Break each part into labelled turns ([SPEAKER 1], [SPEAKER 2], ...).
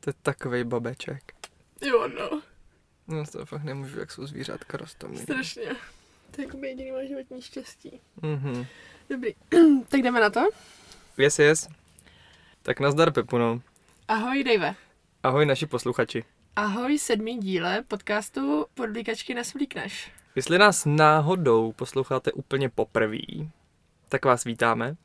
[SPEAKER 1] To je takovej babeček.
[SPEAKER 2] Jo, no.
[SPEAKER 1] No to fakt nemůžu, jak jsou zvířátka rostomilí.
[SPEAKER 2] Strašně. To je jakoby jediný moje životní štěstí.
[SPEAKER 1] Mhm.
[SPEAKER 2] Dobrý, tak jdeme na to.
[SPEAKER 1] Yes, yes. Tak nazdar Pepuno.
[SPEAKER 2] Ahoj, Dave.
[SPEAKER 1] Ahoj naši posluchači.
[SPEAKER 2] Ahoj, sedmý díle podcastu Podlíkačky nesvlíkneš.
[SPEAKER 1] Jestli nás náhodou posloucháte úplně poprvé, tak vás vítáme.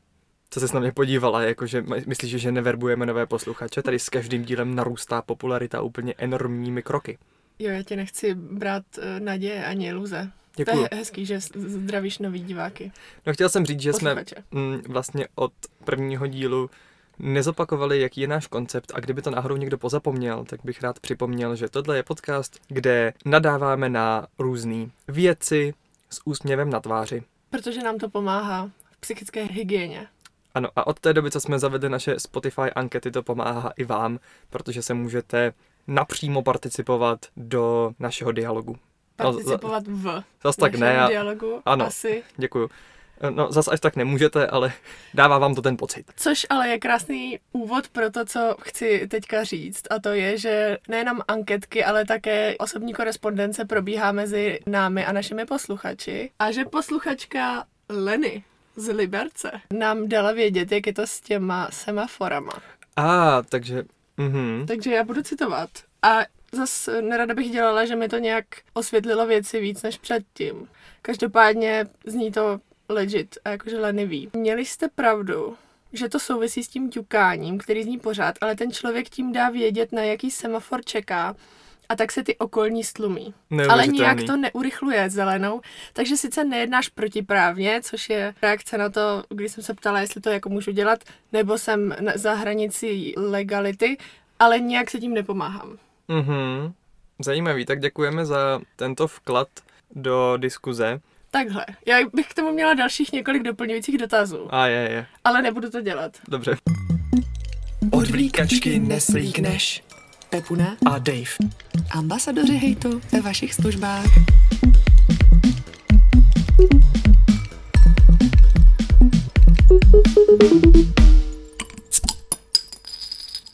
[SPEAKER 1] Co se na mě podívala, jakože my- myslíš, že neverbujeme nové posluchače? Tady s každým dílem narůstá popularita úplně enormními kroky.
[SPEAKER 2] Jo, já tě nechci brát eh, naděje ani iluze. To
[SPEAKER 1] Děkuju.
[SPEAKER 2] je he- hezký, že s- zdravíš nový diváky.
[SPEAKER 1] No chtěl jsem říct, že jsme
[SPEAKER 2] Posluchače.
[SPEAKER 1] mm, vlastně od prvního dílu nezopakovali, jaký je náš koncept a kdyby to náhodou někdo pozapomněl, tak bych rád připomněl, že tohle je podcast, kde nadáváme na různé věci s úsměvem na tváři.
[SPEAKER 2] Protože nám to pomáhá v psychické hygieně.
[SPEAKER 1] Ano, a od té doby, co jsme zavedli naše Spotify ankety, to pomáhá i vám, protože se můžete napřímo participovat do našeho dialogu. No, za-
[SPEAKER 2] Participovat v
[SPEAKER 1] Zas tak
[SPEAKER 2] našem
[SPEAKER 1] ne, já,
[SPEAKER 2] dialogu
[SPEAKER 1] Ano.
[SPEAKER 2] asi.
[SPEAKER 1] děkuju. No, zas až tak nemůžete, ale dává vám to ten pocit.
[SPEAKER 2] Což ale je krásný úvod pro to, co chci teďka říct. A to je, že nejenom anketky, ale také osobní korespondence probíhá mezi námi a našimi posluchači. A že posluchačka Leny z Liberce nám dala vědět, jak je to s těma semaforama.
[SPEAKER 1] A, takže, mhm,
[SPEAKER 2] Takže já budu citovat. A zas nerada bych dělala, že mi to nějak osvětlilo věci víc než předtím. Každopádně zní to legit a jakože Leny ví. Měli jste pravdu, že to souvisí s tím ťukáním, který zní pořád, ale ten člověk tím dá vědět, na jaký semafor čeká a tak se ty okolní stlumí. Ale
[SPEAKER 1] Neuvěřitelný.
[SPEAKER 2] nijak to neurychluje zelenou, takže sice nejednáš protiprávně, což je reakce na to, když jsem se ptala, jestli to jako můžu dělat, nebo jsem na- za hranicí legality, ale nijak se tím nepomáhám.
[SPEAKER 1] Mhm. Zajímavý, tak děkujeme za tento vklad do diskuze.
[SPEAKER 2] Takhle. Já bych k tomu měla dalších několik doplňujících dotazů,
[SPEAKER 1] A je, je,
[SPEAKER 2] ale nebudu to dělat.
[SPEAKER 1] dobře.
[SPEAKER 3] Odvlíkačky neslíkneš.
[SPEAKER 4] Pepuna,
[SPEAKER 3] A Dave.
[SPEAKER 4] ambasadoři hejtu ve vašich službách.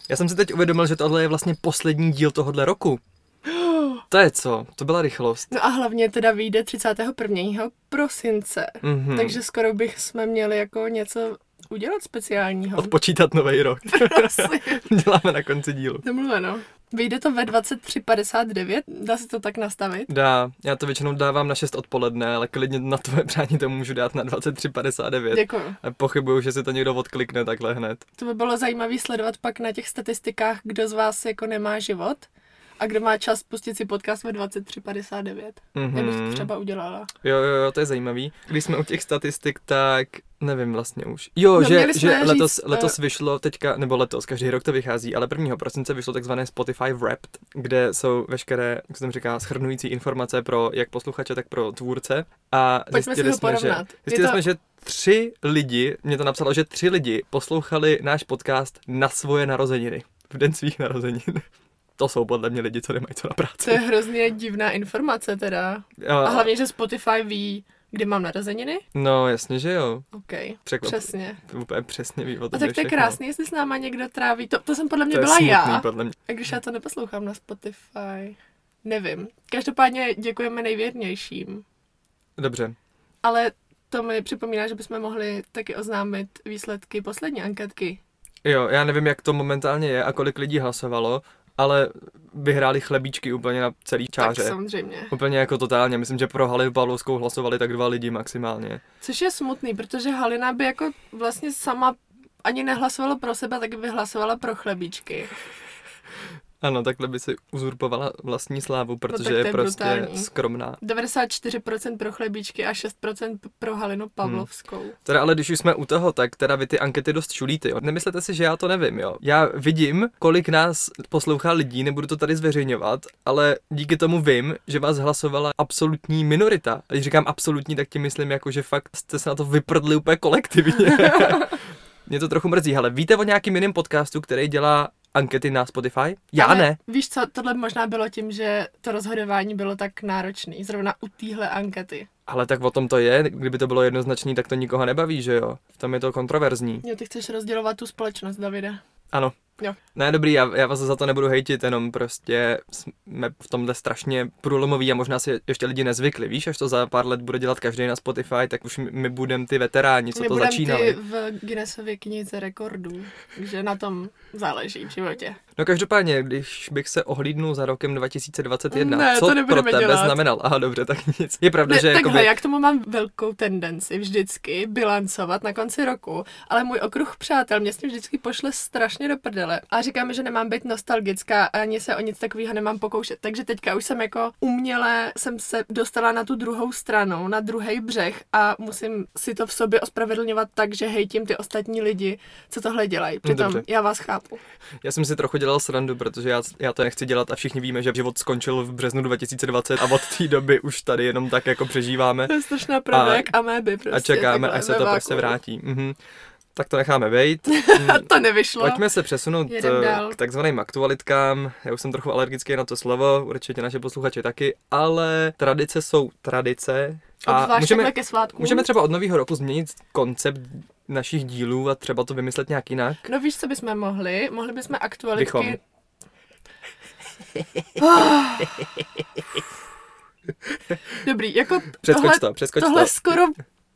[SPEAKER 1] Já jsem si teď uvědomil, že tohle je vlastně poslední díl tohohle roku. To je co? To byla rychlost.
[SPEAKER 2] No a hlavně teda vyjde 31. prosince,
[SPEAKER 1] Mhm.
[SPEAKER 2] takže skoro bych jsme měli jako něco udělat speciálního.
[SPEAKER 1] Odpočítat nový rok.
[SPEAKER 2] Prosím.
[SPEAKER 1] Děláme na konci dílu.
[SPEAKER 2] Domluveno. no. Vyjde to ve 23.59, dá se to tak nastavit.
[SPEAKER 1] Dá, já to většinou dávám na 6 odpoledne, ale klidně na tvoje přání to můžu dát na 23.59.
[SPEAKER 2] Děkuji.
[SPEAKER 1] A Pochybuju, že si to někdo odklikne takhle hned.
[SPEAKER 2] Jako, To by bylo zajímavé sledovat pak na těch statistikách, kdo z vás jako nemá život a kdo má čas pustit si podcast ve 23.59.
[SPEAKER 1] Mhm.
[SPEAKER 2] Mm-hmm. Já bych to třeba udělala.
[SPEAKER 1] Jo, jo, jo, to je zajímavý. Když jsme u těch statistik, tak nevím vlastně už. Jo,
[SPEAKER 2] No,
[SPEAKER 1] že,
[SPEAKER 2] měli jsme
[SPEAKER 1] že
[SPEAKER 2] říct,
[SPEAKER 1] letos,
[SPEAKER 2] eh,
[SPEAKER 1] letos vyšlo teďka, nebo letos, každý rok to vychází, ale 1. prosince vyšlo takzvané Spotify Wrapped, kde jsou veškeré, jak se tam říká, schrnující informace pro jak posluchače, tak pro tvůrce. A
[SPEAKER 2] Pojďme si
[SPEAKER 1] zjistili
[SPEAKER 2] ho
[SPEAKER 1] jsme, že,
[SPEAKER 2] porovnat. Je
[SPEAKER 1] zjistili
[SPEAKER 2] to-
[SPEAKER 1] jsme, že tři lidi, mě to napsalo, že tři lidi poslouchali náš podcast na svoje narozeniny, v den svých narozenin. To jsou podle mě lidi, co nemají co na práci.
[SPEAKER 2] To je hrozně divná informace teda. A
[SPEAKER 1] A,
[SPEAKER 2] hlavně, že Spotify ví, kdy mám narozeniny.
[SPEAKER 1] no jasně, že jo.
[SPEAKER 2] OK,
[SPEAKER 1] Překvap,
[SPEAKER 2] přesně.
[SPEAKER 1] Úplně přesně ví o tom,
[SPEAKER 2] A tak to je
[SPEAKER 1] všechno.
[SPEAKER 2] krásný, jestli s náma někdo tráví. To, to jsem podle mě
[SPEAKER 1] To je
[SPEAKER 2] byla
[SPEAKER 1] smutný,
[SPEAKER 2] já.
[SPEAKER 1] podle mě.
[SPEAKER 2] A když já to neposlouchám na Spotify. Nevím. Každopádně děkujeme nejvěrnějším.
[SPEAKER 1] Dobře.
[SPEAKER 2] Ale to mi připomíná, že bychom mohli taky oznámit výsledky poslední anketky.
[SPEAKER 1] Jo, já nevím, jak to momentálně je a kolik lidí hlasovalo, ale vyhráli chlebíčky úplně na celý čáře.
[SPEAKER 2] Tak samozřejmě.
[SPEAKER 1] Úplně jako totálně. Myslím, že pro Halinu Pavlovskou hlasovali tak dva lidi maximálně.
[SPEAKER 2] Což je smutný, protože Halina by jako vlastně sama ani nehlasovala pro sebe, tak by hlasovala pro chlebíčky.
[SPEAKER 1] Ano, takhle by si uzurpovala vlastní slávu, protože
[SPEAKER 2] No tak to
[SPEAKER 1] je,
[SPEAKER 2] je
[SPEAKER 1] prostě
[SPEAKER 2] brutální.
[SPEAKER 1] skromná.
[SPEAKER 2] 94% pro chlebíčky a 6% pro Halinu Pavlovskou. Hmm.
[SPEAKER 1] Teda ale když už jsme u toho, tak teda vy ty ankety dost čulíte, jo. Nemyslete si, že já to nevím, jo. Já vidím, kolik nás poslouchá lidí, nebudu to tady zveřejňovat, ale díky tomu vím, že vás hlasovala absolutní minorita. A když říkám absolutní, tak tím myslím jako, že fakt jste se na to vyprdli úplně kolektivně. Mě to trochu mrzí, ale víte o nějakým jiném podcastu, který dělá ankety na Spotify? Já
[SPEAKER 2] Ale
[SPEAKER 1] ne.
[SPEAKER 2] Víš co, tohle možná bylo tím, že to rozhodování bylo tak náročné, zrovna u téhle ankety.
[SPEAKER 1] Ale tak o tom to je, kdyby to bylo jednoznačný, tak to nikoho nebaví, že jo. Tam je to kontroverzní.
[SPEAKER 2] Jo, ty chceš rozdělovat tu společnost, Davide.
[SPEAKER 1] Ano,
[SPEAKER 2] Jo.
[SPEAKER 1] Ne, dobrý, já, já vás za to nebudu hejtit, jenom prostě jsme v tomhle strašně průlomoví a možná si ještě lidi nezvykli. Víš, až to za pár let bude dělat každý na Spotify, tak už my, my budeme ty veteráni, co
[SPEAKER 2] My
[SPEAKER 1] to
[SPEAKER 2] budem
[SPEAKER 1] začínali.
[SPEAKER 2] ty v Guinnessově knize rekordů, že na tom záleží v životě.
[SPEAKER 1] No každopádně, když bych se ohlídnul za rokem 2021,
[SPEAKER 2] Ne,
[SPEAKER 1] co
[SPEAKER 2] to
[SPEAKER 1] pro
[SPEAKER 2] nebudeme
[SPEAKER 1] tebe
[SPEAKER 2] dělat.
[SPEAKER 1] znamenal? Aha, dobře, tak nic. Je pravda,
[SPEAKER 2] Ne,
[SPEAKER 1] že
[SPEAKER 2] takhle,
[SPEAKER 1] jakoby...
[SPEAKER 2] já k tomu mám velkou tendenci vždycky bilancovat na konci roku, ale můj okruh přátel mě s tím vždycky pošle strašně do prdele a říká mi, že nemám být nostalgická a ani se o nic takového nemám pokoušet. Takže teďka už jsem jako uměle jsem se dostala na tu druhou stranu, na druhý břeh a musím si to v sobě ospravedlňovat tak, že hejtím ty ostatní lidi, co tohle dělají. Přitom
[SPEAKER 1] dobře.
[SPEAKER 2] já vás chápu.
[SPEAKER 1] Já jsem si trochu dělal srandu, protože já, já to nechci dělat a všichni víme, že život skončil v březnu 2020 a od té doby už tady jenom tak jako přežíváme
[SPEAKER 2] To je strašná pravda,
[SPEAKER 1] A-
[SPEAKER 2] jak ameby prostě.
[SPEAKER 1] a čekáme,
[SPEAKER 2] takhle
[SPEAKER 1] až se
[SPEAKER 2] ve
[SPEAKER 1] to prostě
[SPEAKER 2] vákuu.
[SPEAKER 1] vrátí. Mhm. Tak to necháme vejít.
[SPEAKER 2] To nevyšlo.
[SPEAKER 1] Pojďme se přesunout
[SPEAKER 2] No, Jedem
[SPEAKER 1] eh,
[SPEAKER 2] dál.
[SPEAKER 1] k takzvaným aktualitkám. Já už jsem trochu alergický na to slovo, určitě naše posluchači taky, ale tradice jsou tradice.
[SPEAKER 2] Obzvlášť takhle ke svátku.
[SPEAKER 1] Můžeme třeba od nového roku změnit koncept našich dílů a třeba to vymyslet nějak jinak.
[SPEAKER 2] No víš, co bychom mohli? Mohli bychom aktualitky...
[SPEAKER 1] Bychom.
[SPEAKER 2] Ah. Dobrý, jako t-
[SPEAKER 1] Přeskoč
[SPEAKER 2] tohle,
[SPEAKER 1] to, přeskoč
[SPEAKER 2] tohle
[SPEAKER 1] to.
[SPEAKER 2] skoro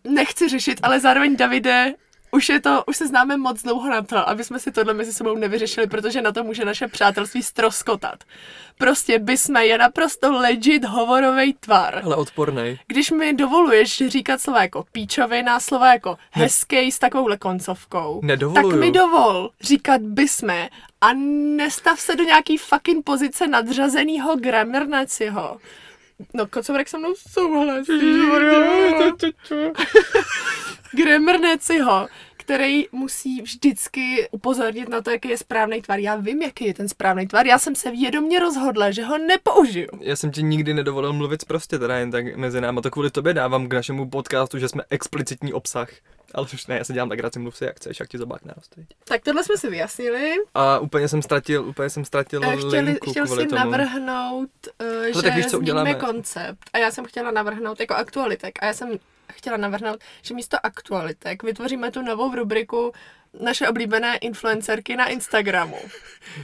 [SPEAKER 2] nechci řešit, ale zároveň Davide, už je to, už se známe moc dlouho na to, aby jsme si tohle mezi sebou nevyřešili, protože na to může naše přátelství stroskotat. Prostě bysme je naprosto legit hovorový tvar
[SPEAKER 1] Ale odpornej.
[SPEAKER 2] když mi dovoluješ říkat slova jako píčovina, slova jako hezký s takovouhle koncovkou,
[SPEAKER 1] Nedovoluju.
[SPEAKER 2] tak mi dovol říkat bysme a nestav se do nějaký fucking pozice nadřazenýho gramernaciho. No, kocovrek se mnou souhlasí. Gremrneciho, který musí vždycky upozornit na to, jaký je správný tvar. Já vím, jaký je ten správný tvar. Já jsem se vědomě rozhodla, že ho nepoužiju.
[SPEAKER 1] Já jsem ti nikdy nedovolil mluvit prostě teda jen tak mezi náma. To kvůli tobě dávám k našemu podcastu, že jsme explicitní obsah. Ale už ne, já se dělám tak radši, mluv si jak chceš, jak ti zabákne rozstoj.
[SPEAKER 2] Tak tohle jsme si vyjasnili.
[SPEAKER 1] A úplně jsem ztratil, úplně jsem ztratil
[SPEAKER 2] Eh, Chtěli,
[SPEAKER 1] linku
[SPEAKER 2] chtěl
[SPEAKER 1] kvůli
[SPEAKER 2] jsi
[SPEAKER 1] tomu.
[SPEAKER 2] navrhnout, uh, že
[SPEAKER 1] No tak víš, co
[SPEAKER 2] změníme
[SPEAKER 1] uděláme?
[SPEAKER 2] koncept. A já jsem chtěla navrhnout jako aktualitek. A já jsem chtěla navrhnout, že místo aktualitek vytvoříme tu novou rubriku naše oblíbené influencerky na Instagramu.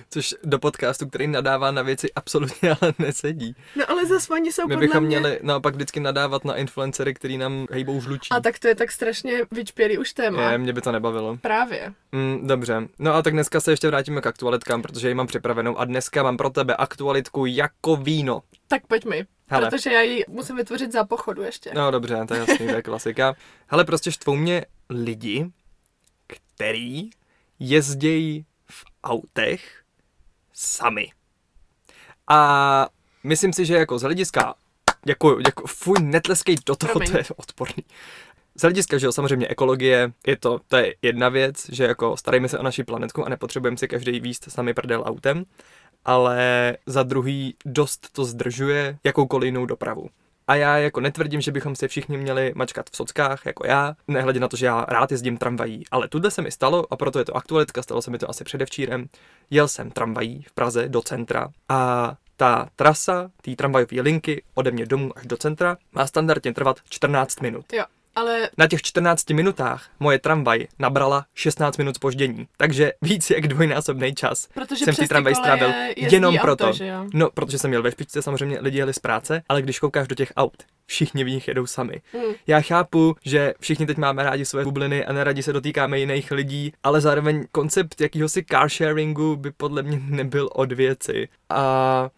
[SPEAKER 1] Což do podcastu, který nadává na věci, absolutně ale nesedí.
[SPEAKER 2] No ale zase oni jsou
[SPEAKER 1] My
[SPEAKER 2] podle
[SPEAKER 1] bychom
[SPEAKER 2] mě...
[SPEAKER 1] měli naopak vždycky nadávat na influencery, který nám hejbou žlučí.
[SPEAKER 2] A tak to je tak strašně vyčpělý už téma.
[SPEAKER 1] Je, mě by to nebavilo.
[SPEAKER 2] Právě.
[SPEAKER 1] Mm, dobře, no a tak dneska se ještě vrátíme k aktualitkám, protože ji mám připravenou a dneska mám pro tebe aktualitku jako víno.
[SPEAKER 2] Tak pojď mi.
[SPEAKER 1] Hele.
[SPEAKER 2] Protože já ji musím vytvořit za pochodu ještě.
[SPEAKER 1] No dobře, to je jasný, to je klasika. Hele, prostě štvou mě lidi, který jezdějí v autech sami. A myslím si, že jako z hlediska, děkuju, děkuju, fuj, netleskej do toho,
[SPEAKER 2] Promiň.
[SPEAKER 1] to je odporný. Z hlediska, že jo, samozřejmě ekologie, je to, to je jedna věc, že jako starejme se o naši planetku a nepotřebujeme si každý výst sami prdel autem, ale za druhý dost to zdržuje jakoukoliv jinou dopravu. A já jako netvrdím, že bychom se všichni měli mačkat v sockách, jako já, nehledě na to, že já rád jezdím tramvají, ale tuhle se mi stalo a proto je to aktualitka, stalo se mi to asi předevčírem. Jel jsem tramvají v Praze do centra a ta trasa té tramvajové linky ode mě domů až do centra má standardně trvat 14 minut.
[SPEAKER 2] Jo, ale
[SPEAKER 1] Na těch 14 minutách moje tramvaj nabrala 16 minut spoždění, takže víc jak dvojnásobný čas.
[SPEAKER 2] Protože
[SPEAKER 1] jsem
[SPEAKER 2] přes
[SPEAKER 1] ty
[SPEAKER 2] ty
[SPEAKER 1] tramvaj
[SPEAKER 2] koleje
[SPEAKER 1] strávil
[SPEAKER 2] jezdí
[SPEAKER 1] jenom
[SPEAKER 2] auto,
[SPEAKER 1] proto.
[SPEAKER 2] že jo?
[SPEAKER 1] No, protože jsem jel ve špičce, samozřejmě lidi jeli z práce, ale když koukáš do těch aut, všichni v nich jedou sami.
[SPEAKER 2] Mm.
[SPEAKER 1] Já chápu, že všichni teď máme rádi své bubliny a neradi se dotýkáme jiných lidí, ale zároveň koncept jakýhosi car sharingu by podle mě nebyl od věci. A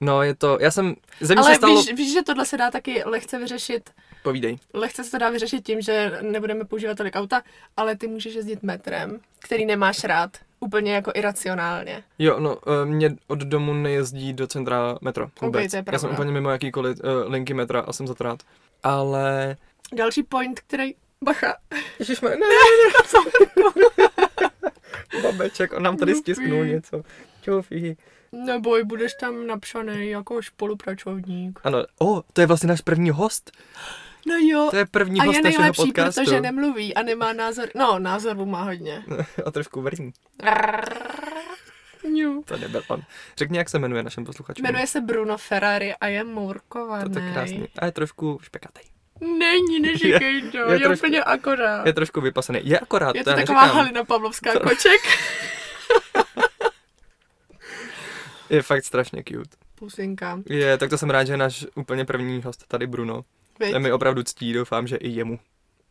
[SPEAKER 1] no je to, já jsem, ze mě
[SPEAKER 2] ale
[SPEAKER 1] se stalo,
[SPEAKER 2] víš, víš, že tohle se dá taky lehce vyřešit
[SPEAKER 1] povídej.
[SPEAKER 2] lehce se to dá vyřešit tím, že nebudeme používat tolik auta, ale ty můžeš jezdit metrem, který nemáš rád, úplně jako iracionálně.
[SPEAKER 1] Jo, no, eh, mě od domu nejezdí do centra metro vůbec.
[SPEAKER 2] to je
[SPEAKER 1] Já jsem
[SPEAKER 2] pravda.
[SPEAKER 1] úplně mimo jakýkoliv eh, linky metra a jsem za to rád. Ale...
[SPEAKER 2] Další point, který... Bacha.
[SPEAKER 1] Ježišme, ne, ne, ne. Babeček, on nám tady stisknul
[SPEAKER 2] Čufí.
[SPEAKER 1] něco. Čufí.
[SPEAKER 2] Neboj, budeš tam napsaný jako spolupracovník.
[SPEAKER 1] Ano, o, to je vlastně náš první host.
[SPEAKER 2] No jo.
[SPEAKER 1] To je první
[SPEAKER 2] a
[SPEAKER 1] host
[SPEAKER 2] je
[SPEAKER 1] našeho
[SPEAKER 2] nejlepší,
[SPEAKER 1] podcastu.
[SPEAKER 2] protože nemluví a nemá názor. No, názorů má hodně.
[SPEAKER 1] a trošku vrní.
[SPEAKER 2] Ňu.
[SPEAKER 1] To nebyl on. Řekni, jak se jmenuje našem posluchačům.
[SPEAKER 2] Jmenuje se Bruno Ferrari a je murkovaný.
[SPEAKER 1] to, to je krásný. A je trošku špekatý.
[SPEAKER 2] Není, neříkej to, je,
[SPEAKER 1] je
[SPEAKER 2] je,
[SPEAKER 1] trošku-
[SPEAKER 2] úplně akorát.
[SPEAKER 1] Je trošku vypasaný. Je akorát,
[SPEAKER 2] Je
[SPEAKER 1] to,
[SPEAKER 2] to
[SPEAKER 1] já
[SPEAKER 2] taková
[SPEAKER 1] neříkám.
[SPEAKER 2] Halina Pavlovská koček.
[SPEAKER 1] Je fakt strašně cute.
[SPEAKER 2] Pusinka.
[SPEAKER 1] Je, tak to jsem rád, že je náš úplně první host tady Bruno.
[SPEAKER 2] Viď?
[SPEAKER 1] To mi opravdu ctí, doufám, že i jemu.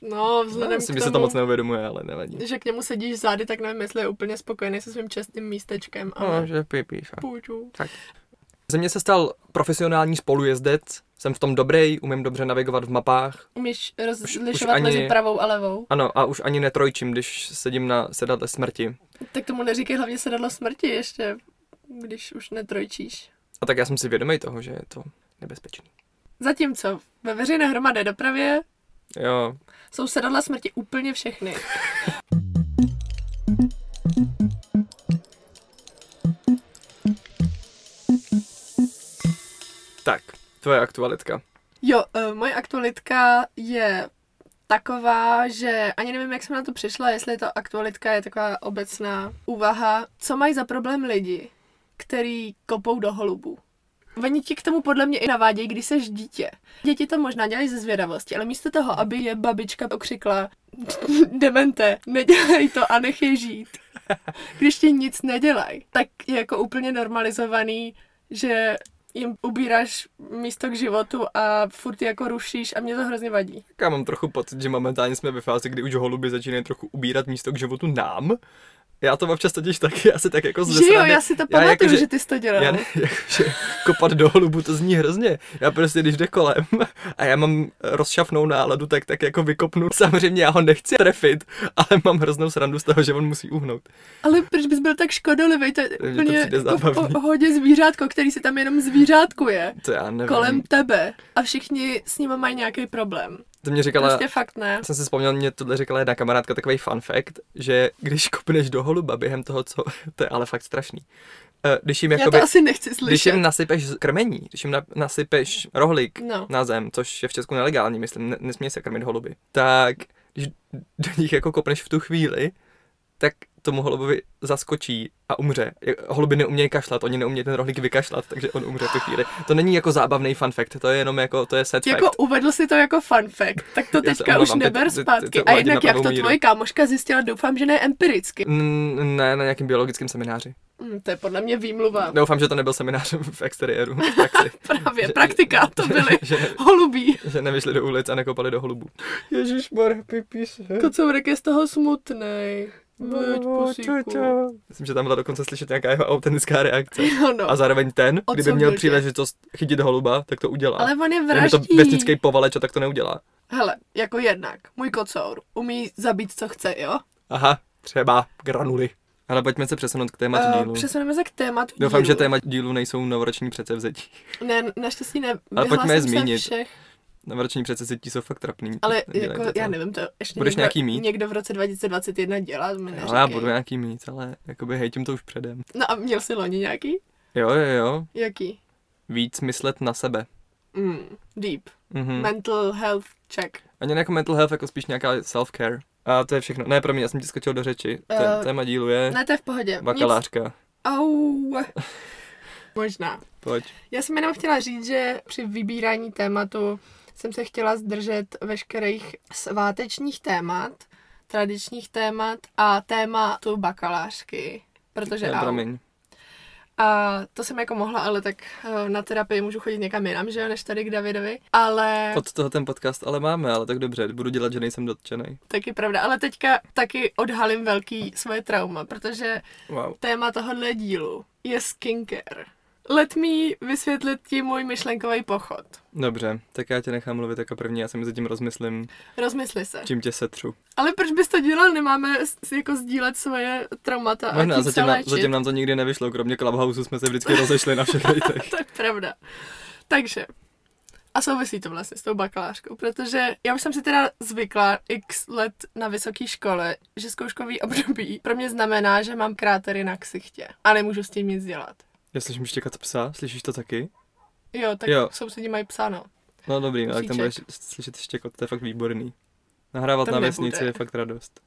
[SPEAKER 2] No,
[SPEAKER 1] No,
[SPEAKER 2] vzhledem
[SPEAKER 1] myslím,
[SPEAKER 2] k
[SPEAKER 1] že
[SPEAKER 2] tomu,
[SPEAKER 1] se to moc neuvědomuje, ale nevadí.
[SPEAKER 2] že k němu sedíš zády, tak nevím, jestli je úplně spokojený se svým čestným místečkem, ale
[SPEAKER 1] No, že pipíš.
[SPEAKER 2] půjdu.
[SPEAKER 1] Ze mě se stal profesionální spolujezdec, jsem v tom dobrý, umím dobře navigovat v mapách.
[SPEAKER 2] Umíš
[SPEAKER 1] už
[SPEAKER 2] rozlišovat
[SPEAKER 1] ani-
[SPEAKER 2] mezi pravou a levou?
[SPEAKER 1] Ano, a už ani netrojčím, když sedím na sedadle smrti.
[SPEAKER 2] Tak tomu neříkej hlavně sedadlo smrti ještě, když už netrojčíš.
[SPEAKER 1] A tak já jsem si vědomý toho, že je to nebezpečný.
[SPEAKER 2] Zatímco ve veřejné hromadné dopravě
[SPEAKER 1] Jo,
[SPEAKER 2] jsou sedadla smrti úplně všechny.
[SPEAKER 1] tak, tvoje aktualitka.
[SPEAKER 2] Jo, uh, moje aktualitka je taková, že ani nevím, jak jsem na to přišla, jestli to aktualitka je taková obecná úvaha, co mají za problém lidi, který kopou do holubu. Oni ti k tomu podle mě i navádějí, když seš dítě. Děti to možná dělají ze zvědavosti, ale místo toho, aby je babička okřikla, demente, nedělej to a nech je žít. Když ti nic nedělají, tak je jako úplně normalizovaný, že jim ubíráš místo k životu a furt je jako rušíš a mě to hrozně vadí.
[SPEAKER 1] Tak já mám trochu pocit, že momentálně jsme ve fázi, kdy už holuby začínají trochu ubírat místo k životu nám. Já to občas totiž taky asi tak jako ze
[SPEAKER 2] Že jo,
[SPEAKER 1] srandy-
[SPEAKER 2] já si to pamatuju,
[SPEAKER 1] jakože-
[SPEAKER 2] že, ty jsi to dělal.
[SPEAKER 1] Já ne, jakože kopat do holubu, to zní hrozně. Já prostě, když jde kolem a já mám rozšafnou náladu, tak tak jako vykopnu. Samozřejmě já ho nechci trefit, ale mám hroznou srandu z toho, že on musí uhnout.
[SPEAKER 2] Ale proč bys byl tak škodolivý? To je
[SPEAKER 1] to
[SPEAKER 2] úplně
[SPEAKER 1] přijde
[SPEAKER 2] jako v
[SPEAKER 1] zábavný.
[SPEAKER 2] po- hodě zvířátko, který si tam jenom zvířátkuje.
[SPEAKER 1] To já nevím.
[SPEAKER 2] Kolem tebe. A všichni s ním mají nějaký problém.
[SPEAKER 1] To mě říkala,
[SPEAKER 2] Prostě fakt ne.
[SPEAKER 1] jsem si vzpomněl, mě tohle říkala jedna kamarádka, takový fun fact, že když kopneš do holuba během toho, co, to je ale fakt strašný. Eh, Když jim
[SPEAKER 2] Já
[SPEAKER 1] jakoby,
[SPEAKER 2] to asi nechci
[SPEAKER 1] když
[SPEAKER 2] slyšet.
[SPEAKER 1] jim nasypeš z- krmení, když jim na, nasypeš rohlík,
[SPEAKER 2] No.
[SPEAKER 1] na zem, což je v Česku nelegální, myslím, ne, nesmí se krmit holuby, tak když do nich jako kopneš v tu chvíli, tak tomu holubovi zaskočí a umře. Je- Holuby neumějí kašlat, oni neumějí ten rohlík vykašlat, takže on umře v tu chvíli. To není jako zábavný fun fact, to je jenom jako, to je set
[SPEAKER 2] Jako
[SPEAKER 1] fact.
[SPEAKER 2] uvedl si to jako fun fact, tak to
[SPEAKER 1] se
[SPEAKER 2] teďka už
[SPEAKER 1] omlouvám, teď-
[SPEAKER 2] neber
[SPEAKER 1] teď- teď to
[SPEAKER 2] zpátky. a
[SPEAKER 1] uvádím
[SPEAKER 2] jednak
[SPEAKER 1] na
[SPEAKER 2] jak
[SPEAKER 1] pravou
[SPEAKER 2] to
[SPEAKER 1] míru.
[SPEAKER 2] tvoje kámoška zjistila, doufám, že ne empiricky.
[SPEAKER 1] Mm, Ne, na nějakém biologickém semináři.
[SPEAKER 2] Hm, to je podle mě výmluva.
[SPEAKER 1] Doufám, že to nebyl seminář v exteriéru, v taxi.
[SPEAKER 2] Právě,
[SPEAKER 1] No. Že-
[SPEAKER 2] praktika to byly.
[SPEAKER 1] že, ne-
[SPEAKER 2] Holubí.
[SPEAKER 1] že nevyšli do ulic a nekopali do holubů. Ježíš mor, pipíš.
[SPEAKER 2] Kocourek je z toho smutný. Buď pusíku.
[SPEAKER 1] Myslím, že tam byla dokonce slyšet nějaká jeho autentická reakce.
[SPEAKER 2] Ano.
[SPEAKER 1] A zároveň ten,
[SPEAKER 2] O co
[SPEAKER 1] kdyby měl
[SPEAKER 2] byl tě?
[SPEAKER 1] příležitost chytit holuba, tak to udělá.
[SPEAKER 2] Ale on je
[SPEAKER 1] Jenom je to
[SPEAKER 2] vraždí.
[SPEAKER 1] vesnický povaleč a tak to neudělá.
[SPEAKER 2] Hele, jako jednak, můj kocour umí zabít, co chce, jo?
[SPEAKER 1] Aha, třeba granuly. Ale pojďme se přesunout k tématu
[SPEAKER 2] Eh,
[SPEAKER 1] dílu.
[SPEAKER 2] přesuneme se k tématu
[SPEAKER 1] Doufám,
[SPEAKER 2] dílu.
[SPEAKER 1] že téma dílu nejsou novoroční předsevzetí.
[SPEAKER 2] Ne, naštěstí ne.
[SPEAKER 1] Ale pojďme
[SPEAKER 2] vyhlásím
[SPEAKER 1] je
[SPEAKER 2] se
[SPEAKER 1] zmínit.
[SPEAKER 2] Všech,
[SPEAKER 1] Novoroční předsevzetí jsou fakt trapný.
[SPEAKER 2] ale
[SPEAKER 1] Nedělejte
[SPEAKER 2] jako,
[SPEAKER 1] to.
[SPEAKER 2] já nevím, to ještě
[SPEAKER 1] Budeš
[SPEAKER 2] někdo,
[SPEAKER 1] nějaký mít?
[SPEAKER 2] někdo v roce 2021 dělá, to mi
[SPEAKER 1] Ale já
[SPEAKER 2] neříkej.
[SPEAKER 1] budu nějaký mít, ale jakoby hejtím to už předem.
[SPEAKER 2] No a měl jsi loni nějaký?
[SPEAKER 1] Jo, jo, jo.
[SPEAKER 2] Jaký?
[SPEAKER 1] Víc myslet na sebe.
[SPEAKER 2] Mm, deep.
[SPEAKER 1] Mhm.
[SPEAKER 2] Hmm. Mental health check.
[SPEAKER 1] Ani ne jako mental health, jako spíš nějaká self-care. A to je všechno. Ne, pro mě, já jsem ti skočil do řeči. Ten,
[SPEAKER 2] Eh,
[SPEAKER 1] téma dílu je
[SPEAKER 2] Ne, to je v pohodě. Nic.
[SPEAKER 1] bakalářka.
[SPEAKER 2] Au. Možná.
[SPEAKER 1] Pojď.
[SPEAKER 2] Já jsem jenom chtěla říct, že při vybírání tématu jsem se chtěla zdržet veškerých svátečních témat, tradičních témat a tématu bakalářky. Protože
[SPEAKER 1] Ne,
[SPEAKER 2] au.
[SPEAKER 1] Eh, promiň.
[SPEAKER 2] A to jsem jako mohla, ale tak eh, na terapii můžu chodit někam jinam, že jo, než tady k Davidovi. Ale
[SPEAKER 1] Od toho ten podcast ale máme, ale tak dobře, budu dělat, že nejsem dotčený.
[SPEAKER 2] taky pravda. Ale teďka taky odhalím velký svoje trauma, protože
[SPEAKER 1] Wow.
[SPEAKER 2] téma tohohle dílu je skincare. Let me vysvětlit ti můj myšlenkový pochod.
[SPEAKER 1] Dobře, tak já tě nechám mluvit jako první, já si mezi tím rozmyslím,
[SPEAKER 2] Rozmysli se.
[SPEAKER 1] čím tě setřu.
[SPEAKER 2] Ale proč bys to dělal? Nemáme s- jako sdílet svoje traumata a
[SPEAKER 1] Možná,
[SPEAKER 2] tím se
[SPEAKER 1] zatím, na,
[SPEAKER 2] léčit.
[SPEAKER 1] zatím nám to nikdy nevyšlo, kromě Clubhouse jsme se vždycky rozešli na všech lejtech.
[SPEAKER 2] To je pravda. Takže, a souvisí to vlastně s tou bakalářkou, protože já už jsem si teda zvykla x let na vysoké škole, že zkouškový období pro mě znamená, že mám krátery na ksichtě a nemůžu s tím nic dělat.
[SPEAKER 1] Já slyším štěkat psa, slyšíš to taky?
[SPEAKER 2] Jo, tak
[SPEAKER 1] Jo.
[SPEAKER 2] jo. sousedí mají psáno.
[SPEAKER 1] No dobrý, no, tak tam budeš
[SPEAKER 2] Psíček.
[SPEAKER 1] slyšet štěkot, to je fakt výborný. Nahrávat
[SPEAKER 2] To
[SPEAKER 1] na
[SPEAKER 2] nebude.
[SPEAKER 1] vesnici je fakt radost.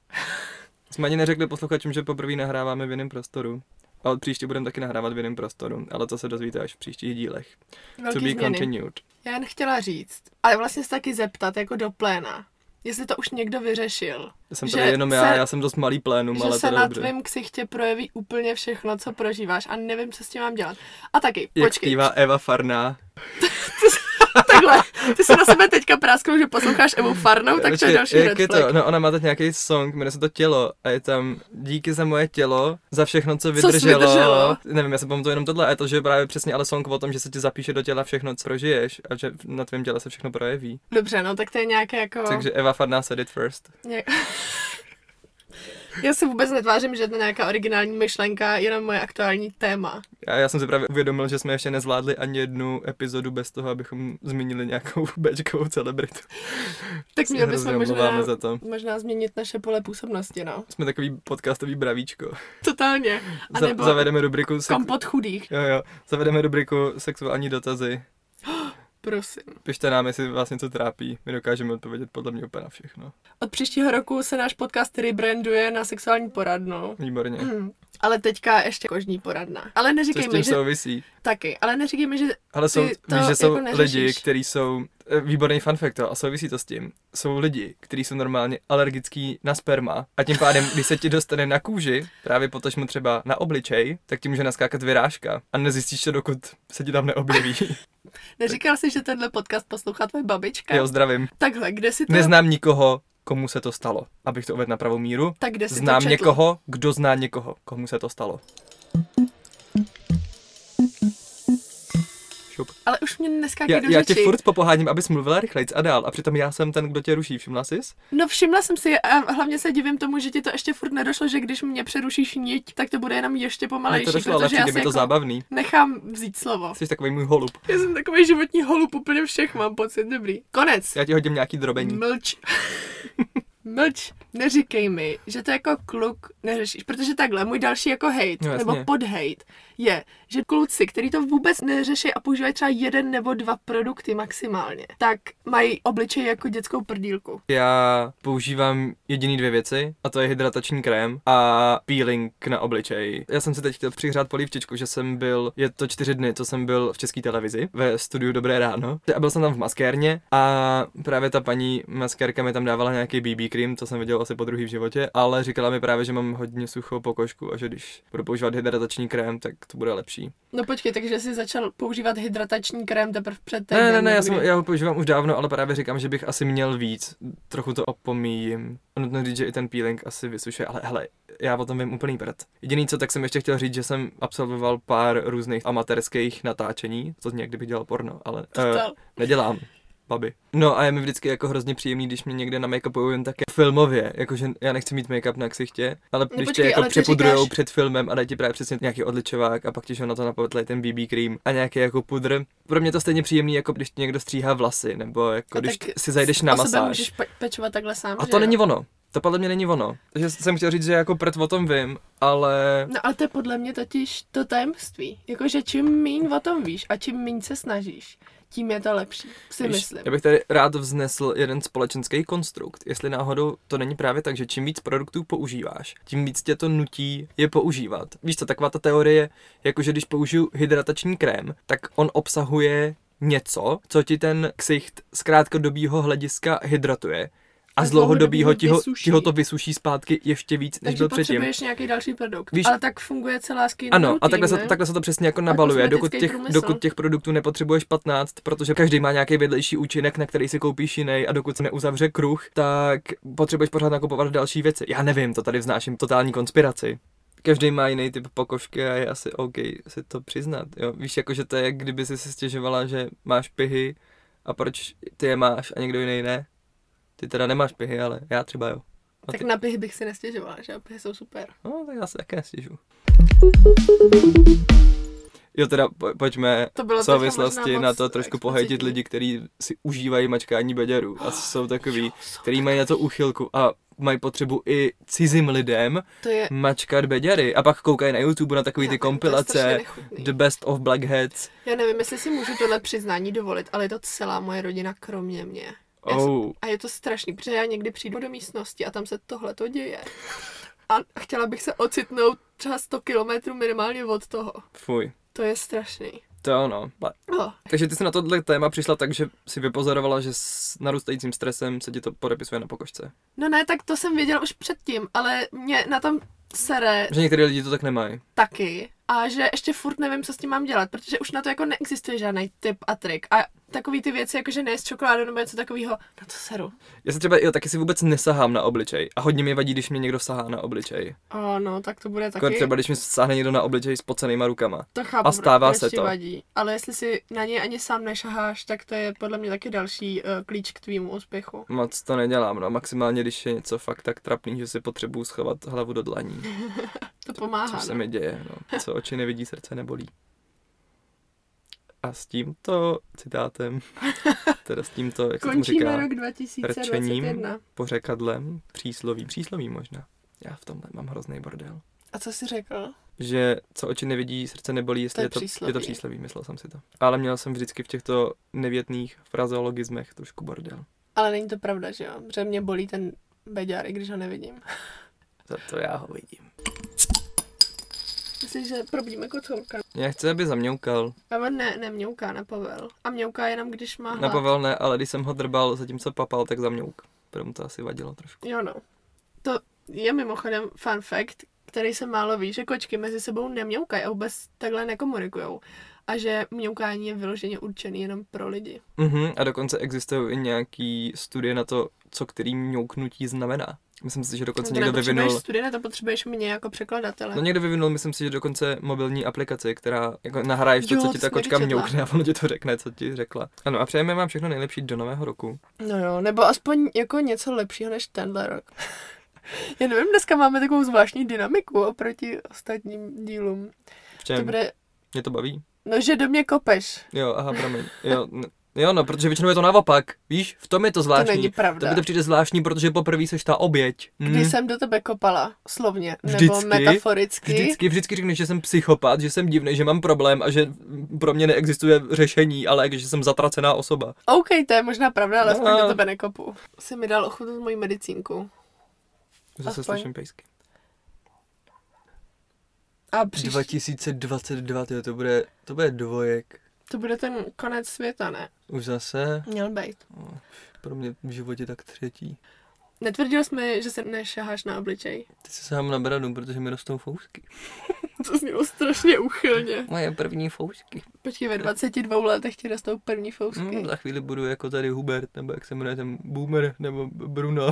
[SPEAKER 1] Jsme ani neřekli posluchačům, že poprvé nahráváme v jiném prostoru. A od příště budeme taky nahrávat v jiném prostoru, ale to se dozvíte až v příštích dílech.
[SPEAKER 2] Velký
[SPEAKER 1] to be
[SPEAKER 2] změny.
[SPEAKER 1] continued.
[SPEAKER 2] Já jen chtěla říct, ale vlastně se taky zeptat jako do pléna. jestli to už někdo vyřešil.
[SPEAKER 1] Jsem
[SPEAKER 2] Že
[SPEAKER 1] tady jenom já,
[SPEAKER 2] se-
[SPEAKER 1] já jsem dost malý plénum,
[SPEAKER 2] že
[SPEAKER 1] No, ale
[SPEAKER 2] se
[SPEAKER 1] to
[SPEAKER 2] na
[SPEAKER 1] je dobré.
[SPEAKER 2] tvém ksichtě projeví úplně všechno, co prožíváš a nevím, co s tím mám dělat. A taky,
[SPEAKER 1] Jak
[SPEAKER 2] počkej,
[SPEAKER 1] zpívá Eva Farná.
[SPEAKER 2] takhle, ty se na sebe teďka prásknou, že posloucháš Evu Farnou, No, tak to je
[SPEAKER 1] Počkej,
[SPEAKER 2] další
[SPEAKER 1] jak
[SPEAKER 2] red
[SPEAKER 1] je
[SPEAKER 2] flag.
[SPEAKER 1] to? No, ona má teď nějaký song, jmenuje se to Tělo a je tam díky za moje tělo, za všechno, co
[SPEAKER 2] jsi
[SPEAKER 1] vydrželo.
[SPEAKER 2] vydrželo?
[SPEAKER 1] Nevím, já si pamatuju jenom tohle a je to, že právě přesně ale song o tom, že se ti zapíše do těla všechno, co prožiješ a že na tvém těle se všechno projeví.
[SPEAKER 2] Dobře, no tak to je nějaké jako...
[SPEAKER 1] Takže Eva Farná said it first.
[SPEAKER 2] Nějak... Já si vůbec netvářím, že to je nějaká originální myšlenka, jenom moje aktuální téma.
[SPEAKER 1] A já jsem si právě uvědomil, že jsme ještě nezvládli ani jednu epizodu bez toho, abychom zmínili nějakou Bčkovou celebritu.
[SPEAKER 2] Tak měli bychom možná,
[SPEAKER 1] omlouváme za to.
[SPEAKER 2] možná změnit naše pole působnosti, no.
[SPEAKER 1] Jsme takový podcastový bravíčko.
[SPEAKER 2] Totálně. A
[SPEAKER 1] Za-
[SPEAKER 2] nebo
[SPEAKER 1] Zavedeme rubriku... sex-
[SPEAKER 2] kompot chudých,
[SPEAKER 1] Jo, jo. Zavedeme rubriku sexuální dotazy.
[SPEAKER 2] prosím.
[SPEAKER 1] Pište nám, jestli vás něco trápí. My dokážeme odpovědět podle mě úplně na všechno.
[SPEAKER 2] Od příštího roku se náš podcast rebranduje na sexuální poradnu.
[SPEAKER 1] Výborně.
[SPEAKER 2] Hmm. Ale teďka ještě kožní poradna. Ale
[SPEAKER 1] Co s
[SPEAKER 2] neříkej mi,
[SPEAKER 1] tím
[SPEAKER 2] že...
[SPEAKER 1] souvisí?
[SPEAKER 2] Taky, ale neříkej mi, že...
[SPEAKER 1] Ale jsou,
[SPEAKER 2] to
[SPEAKER 1] víš, že jsou
[SPEAKER 2] jako neřešíš.
[SPEAKER 1] lidi, kteří jsou, eh, výborný fun fact, jo, a souvisí to s tím, jsou lidi, kteří jsou normálně alergický na sperma a tím pádem, když se ti dostane na kůži, právě potažmo třeba na obličej, tak ti může naskákat vyrážka a nezjistíš to, dokud se ti tam neobjeví.
[SPEAKER 2] Neříkal jsi, že tenhle podcast poslouchá tvoje babička?
[SPEAKER 1] jo, zdravím.
[SPEAKER 2] Takhle, kde si to...
[SPEAKER 1] Neznám nikoho, komu se to stalo, abych to uvedl na pravou míru.
[SPEAKER 2] Tak kde jsi to
[SPEAKER 1] Znám
[SPEAKER 2] četl?
[SPEAKER 1] někoho, kdo zná někoho, komu se to stalo. Šup.
[SPEAKER 2] Ale už mě neskákej
[SPEAKER 1] Já,
[SPEAKER 2] do
[SPEAKER 1] já
[SPEAKER 2] řeči.
[SPEAKER 1] tě furt popoháním, abys mluvila rychlejc a dál, a přitom já jsem ten, kdo tě ruší, všimla jsi?
[SPEAKER 2] No všimla jsem si a hlavně se divím tomu, že ti to ještě furt nedošlo, že když mě přerušíš niť, tak to bude jenom ještě
[SPEAKER 1] Mně
[SPEAKER 2] pomalejší,
[SPEAKER 1] to došlo, ale
[SPEAKER 2] protože já
[SPEAKER 1] přijde
[SPEAKER 2] si
[SPEAKER 1] mi to
[SPEAKER 2] jako
[SPEAKER 1] zábavný.
[SPEAKER 2] nechám vzít slovo.
[SPEAKER 1] Jsi takový můj holub.
[SPEAKER 2] Já jsem takový životní holub úplně všech, mám pocit, dobrý. Konec.
[SPEAKER 1] Já ti hodím nějaký drobení.
[SPEAKER 2] Mlč. Mlč, neříkej mi, že to jako kluk neřešíš, protože takhle, můj další jako hate,
[SPEAKER 1] No,
[SPEAKER 2] no,
[SPEAKER 1] jasně.
[SPEAKER 2] nebo podhate, je, že kluci, který to vůbec neřeší a používají třeba jeden nebo dva produkty maximálně, tak mají obličej jako dětskou prdílku.
[SPEAKER 1] Já používám jediný dvě věci, a to je hydratační krém a peeling na obličej. Já jsem si teď chtěl přihrát polívčičku, že jsem byl, je to čtyři dny, co jsem byl v české televizi, ve studiu Dobré ráno. A byl jsem tam v maskérně a právě ta paní maskérka mi tam dávala nějaký BB cream, to jsem viděl asi po druhý v životě, ale říkala mi právě, že mám hodně suchou pokožku a že když budu používat hydratační krém, tak to bude lepší.
[SPEAKER 2] No počkej, takže jsi začal používat hydratační krém teprve před
[SPEAKER 1] Ne, ne,
[SPEAKER 2] týdnem,
[SPEAKER 1] ne, já,
[SPEAKER 2] nebo
[SPEAKER 1] jsem,
[SPEAKER 2] kdy?
[SPEAKER 1] já ho používám už dávno, ale právě říkám, že bych asi měl víc. Trochu to opomíjím. A nutno říct, že i ten peeling asi vysušuje, ale hele, já o tom vím úplný prd. Jediný, co tak jsem ještě chtěl říct, že jsem absolvoval pár různých amatérských natáčení, to zní, jak kdyby dělal porno, ale eh,
[SPEAKER 2] Total.
[SPEAKER 1] nedělám. Babi. No a je mi vždycky jako hrozně příjemný, když mě někde na make-upují jen také filmově, jakože já nechci mít make-up na ksichtě, ale
[SPEAKER 2] No
[SPEAKER 1] když
[SPEAKER 2] počkej,
[SPEAKER 1] tě jako
[SPEAKER 2] ale ty
[SPEAKER 1] přepudrujou
[SPEAKER 2] říkáš-
[SPEAKER 1] před filmem a dají ti právě přesně nějaký odličovák a pak ti že na to napovetlej ten BB cream a nějaký jako pudr. Pro mě to stejně příjemný, jako když ti někdo stříhá vlasy, nebo jako
[SPEAKER 2] A
[SPEAKER 1] když
[SPEAKER 2] tak
[SPEAKER 1] si zajdeš na
[SPEAKER 2] o sebe
[SPEAKER 1] masáž.
[SPEAKER 2] můžeš pe- pečovat takhle sám,
[SPEAKER 1] A
[SPEAKER 2] že
[SPEAKER 1] to
[SPEAKER 2] jo?
[SPEAKER 1] není ono. To podle mě není ono. Takže jsem chtěl říct, že jako prd o tom vím, ale
[SPEAKER 2] No ale to je podle mě totiž to tajemství. Jakože čím míň o tom víš a čím míň se snažíš, tím je to lepší, si
[SPEAKER 1] Víš,
[SPEAKER 2] myslím.
[SPEAKER 1] Já bych tady rád vznesl jeden společenský konstrukt. Jestli náhodou to není právě tak, že čím víc produktů používáš, tím víc tě to nutí je používat. Víš co, taková ta teorie, jakože když použiju hydratační krém, tak on obsahuje něco, co ti ten ksicht z krátkodobího hlediska hydratuje. A
[SPEAKER 2] A
[SPEAKER 1] z dlouhodobýho
[SPEAKER 2] dlouhodobýho
[SPEAKER 1] ti ho,
[SPEAKER 2] vysuší.
[SPEAKER 1] ti ho to vysuší zpátky ještě víc, než
[SPEAKER 2] Takže
[SPEAKER 1] byl předtím.
[SPEAKER 2] potřebuješ nějaký další produkt.
[SPEAKER 1] Víš-
[SPEAKER 2] Víš, ale tak funguje celá skin
[SPEAKER 1] Ano, a
[SPEAKER 2] routine,
[SPEAKER 1] takhle se,
[SPEAKER 2] ne?
[SPEAKER 1] takhle se to přesně jako nabaluje, dokud
[SPEAKER 2] kosmetický
[SPEAKER 1] těch,
[SPEAKER 2] průmysl.
[SPEAKER 1] dokud těch produktů nepotřebuješ 15, protože každý má nějaký vedlejší účinek, na který si koupíš jiný a dokud se neuzavře kruh, tak potřebuješ pořád nakupovat další věci. Já nevím, to tady vznáším totální konspiraci. Každý má jiný typ pokožky a je asi OK si to přiznat. Jo? Víš, jako že to je, jak kdyby si se stěžovala, že máš pihy a proč ty je máš a někdo jiný ne. Ty teda nemáš pihy, ale já třeba jo. A
[SPEAKER 2] Tak
[SPEAKER 1] ty-
[SPEAKER 2] na pihy bych si nestěžovala, že pihy jsou super.
[SPEAKER 1] No, tak já se také nestěžu. Jo, teda po- pojďme
[SPEAKER 2] To bylo
[SPEAKER 1] v souvislosti
[SPEAKER 2] teďka možná
[SPEAKER 1] na
[SPEAKER 2] moc
[SPEAKER 1] to trošku
[SPEAKER 2] explicitní.
[SPEAKER 1] pohejtit lidi, kteří si užívají mačkání beďarů a jsou takový, který mají na to uchylku a mají potřebu i cizím lidem
[SPEAKER 2] To je...
[SPEAKER 1] mačkat beďary a pak koukají na YouTube na takový
[SPEAKER 2] Já
[SPEAKER 1] ty
[SPEAKER 2] vím, to je
[SPEAKER 1] kompilace
[SPEAKER 2] strašně nechutný.
[SPEAKER 1] The Best of Blackheads.
[SPEAKER 2] Já nevím, jestli si můžu tohle přiznání dovolit, ale je to celá moje rodina kromě mě. Já jsem-
[SPEAKER 1] Oh.
[SPEAKER 2] A je to strašný, protože já někdy přijdu do místnosti a tam se tohle to děje. A chtěla bych se ocitnout třeba 100 kilometrů minimálně od toho.
[SPEAKER 1] Fuj.
[SPEAKER 2] To je strašný.
[SPEAKER 1] To jo, no. Ba-
[SPEAKER 2] Oh.
[SPEAKER 1] Takže ty jsi na tohle téma přišla tak, že si vypozorovala, že s narůstajícím stresem se ti to podepisuje na pokožce.
[SPEAKER 2] No ne, tak to jsem věděla už předtím, ale mě na tom sere
[SPEAKER 1] Že některý lidi to tak nemají.
[SPEAKER 2] taky a že ještě furt nevím, co s tím mám dělat, protože už na to jako neexistuje žádný tip a trik a takový ty věci, jako že nejíst čokoládu nebo něco takového, na to seru.
[SPEAKER 1] Já se třeba, jo, taky si vůbec nesahám na obličej. A hodně mi vadí, když mě někdo sahá na obličej.
[SPEAKER 2] A no, tak to bude
[SPEAKER 1] Taky?
[SPEAKER 2] taky.
[SPEAKER 1] Třeba když mi sáhne někdo na obličej s pocenýma rukama.
[SPEAKER 2] To chápu,
[SPEAKER 1] A stává
[SPEAKER 2] proč
[SPEAKER 1] se
[SPEAKER 2] ti
[SPEAKER 1] to.
[SPEAKER 2] Vadí. Ale jestli si na ně ani sám nešaháš, tak to je podle mě taky další uh, klíč k tvýmu úspěchu.
[SPEAKER 1] Moc to nedělám, no. Maximálně, když je něco fakt tak trapný, že si potřebuju schovat hlavu do dlaní.
[SPEAKER 2] To pomáhá.
[SPEAKER 1] Což se
[SPEAKER 2] no.
[SPEAKER 1] mi děje, no. Co oči nevidí, srdce nebolí. A s tímto citátem, teda s tímto, jak se tomu
[SPEAKER 2] Končíme
[SPEAKER 1] říká,
[SPEAKER 2] rok
[SPEAKER 1] rčením.
[SPEAKER 2] 2021.
[SPEAKER 1] pořekadlem, přísloví, přísloví možná. Já v tomhle mám hrozný bordel.
[SPEAKER 2] A co jsi řekl?
[SPEAKER 1] Že co oči nevidí, srdce nebolí, jestli
[SPEAKER 2] To je
[SPEAKER 1] je, to, je to
[SPEAKER 2] přísloví.
[SPEAKER 1] přísloví, myslel jsem si to. Ale měl jsem vždycky v těchto nevětných frazeologismech trošku bordel.
[SPEAKER 2] Ale není to pravda, že jo? Že mě bolí ten beďar, i když ho nevidím.
[SPEAKER 1] Za to já ho vidím.
[SPEAKER 2] Myslím, že probudíme kocourka.
[SPEAKER 1] Já chci, aby zamňoukal.
[SPEAKER 2] A on ne, ne mňouká na Pavel. A mňouká jenom, když má
[SPEAKER 1] Na
[SPEAKER 2] hlad.
[SPEAKER 1] Pavel ne, ale když jsem ho drbal, zatímco papal, tak zamňouk. Proto mu to asi vadilo trošku.
[SPEAKER 2] Jo no. To je mimochodem fun fact, který se málo ví, že kočky mezi sebou nemňoukají a vůbec takhle nekomunikujou. A že mňoukání je vyloženě určený jenom pro lidi.
[SPEAKER 1] Mm-hmm, a dokonce existují i nějaký studie na to, co který mňouknutí znamená. Myslím si, že dokonce
[SPEAKER 2] To
[SPEAKER 1] někdo
[SPEAKER 2] nepotřebuješ
[SPEAKER 1] vyvinul...
[SPEAKER 2] studie, na to potřebuješ mě jako překladatele.
[SPEAKER 1] No někdo vyvinul, myslím si, že dokonce mobilní aplikaci, která jako nahraješ to,
[SPEAKER 2] Jo,
[SPEAKER 1] co
[SPEAKER 2] to
[SPEAKER 1] ti ta
[SPEAKER 2] jsem
[SPEAKER 1] kočka
[SPEAKER 2] taky četla.
[SPEAKER 1] mňoukne a ono ti to řekne, co ti řekla. Ano a přejeme vám všechno nejlepší do nového roku.
[SPEAKER 2] No jo, nebo aspoň jako něco lepšího než tenhle rok. Já nevím, dneska máme takovou zvláštní dynamiku oproti ostatním dílům.
[SPEAKER 1] V
[SPEAKER 2] To
[SPEAKER 1] čem?
[SPEAKER 2] bude,
[SPEAKER 1] Mě to baví?
[SPEAKER 2] no že do mě kopeš.
[SPEAKER 1] Jo, aha, promiň. Jo, n- jo, no, protože většinou je to naopak. Víš, v tom je to
[SPEAKER 2] To
[SPEAKER 1] zvláštní.
[SPEAKER 2] není
[SPEAKER 1] to
[SPEAKER 2] pravda.
[SPEAKER 1] mi to přijde zvláštní, protože poprvé seš ta oběť. Mm.
[SPEAKER 2] Když jsem do tebe kopala, slovně, nebo
[SPEAKER 1] Vždycky.
[SPEAKER 2] metaforicky.
[SPEAKER 1] Vždycky, vždycky řekneš, že jsem psychopat, že jsem divný, že mám problém a že pro mě neexistuje řešení, ale že jsem zatracená osoba.
[SPEAKER 2] OK, to je možná pravda, ale aspoň
[SPEAKER 1] No.
[SPEAKER 2] do tebe nekopu. Jsi mi dal ochutnat moji medicínku.
[SPEAKER 1] Zase
[SPEAKER 2] Aspoň.
[SPEAKER 1] slyším pejsky.
[SPEAKER 2] A příští,
[SPEAKER 1] 2022, tyjo, to bude, to bude dvojek.
[SPEAKER 2] to bude ten konec světa, ne?
[SPEAKER 1] Už zase,
[SPEAKER 2] Měl být.
[SPEAKER 1] pro mě v životě tak třetí.
[SPEAKER 2] Netvrdil jsi mi, že se nešaháš na obličej.
[SPEAKER 1] Ty si sám na bradu, protože mi rostou fousky.
[SPEAKER 2] To znělo strašně uchylně.
[SPEAKER 1] Moje první fousky.
[SPEAKER 2] Počkej, ve 22 letech ti rostou první fousky.
[SPEAKER 1] Mm, za chvíli budu jako tady Hubert, nebo jak se jmenuje ten Boomer, nebo Bruno.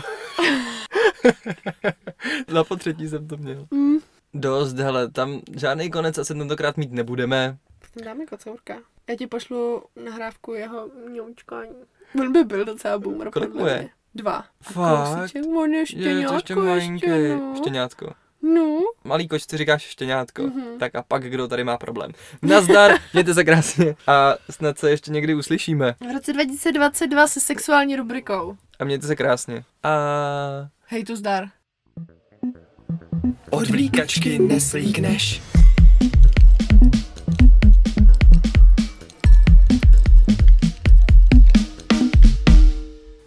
[SPEAKER 1] Na potřetí jsem to měl.
[SPEAKER 2] Mm.
[SPEAKER 1] Dost, hele, tam žádný konec asi tentokrát mít nebudeme.
[SPEAKER 2] Tam dáme kocourka. Já ti pošlu nahrávku jeho mňoučkání. On by byl docela boomer,
[SPEAKER 1] Kolik
[SPEAKER 2] podle
[SPEAKER 1] mu je?
[SPEAKER 2] mě. Dva.
[SPEAKER 1] Fakt?
[SPEAKER 2] Kousíček, on je
[SPEAKER 1] Je to
[SPEAKER 2] štěňátko,
[SPEAKER 1] ještě malinký.
[SPEAKER 2] no.
[SPEAKER 1] Štěňátko.
[SPEAKER 2] No.
[SPEAKER 1] Malý koč, ty říkáš štěňátko.
[SPEAKER 2] Mhm.
[SPEAKER 1] Mm-hmm. Tak a pak kdo tady má problém. Nazdar, mějte se krásně a snad se ještě někdy uslyšíme.
[SPEAKER 2] V roce 2022 se sexuální rubrikou.
[SPEAKER 1] A mějte se krásně. A...
[SPEAKER 2] Hej, tu zdar.
[SPEAKER 4] Od vlíkačky neslíkneš.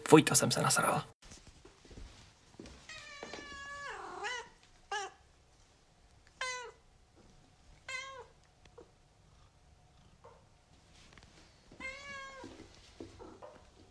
[SPEAKER 1] Fuj, to jsem se nasral.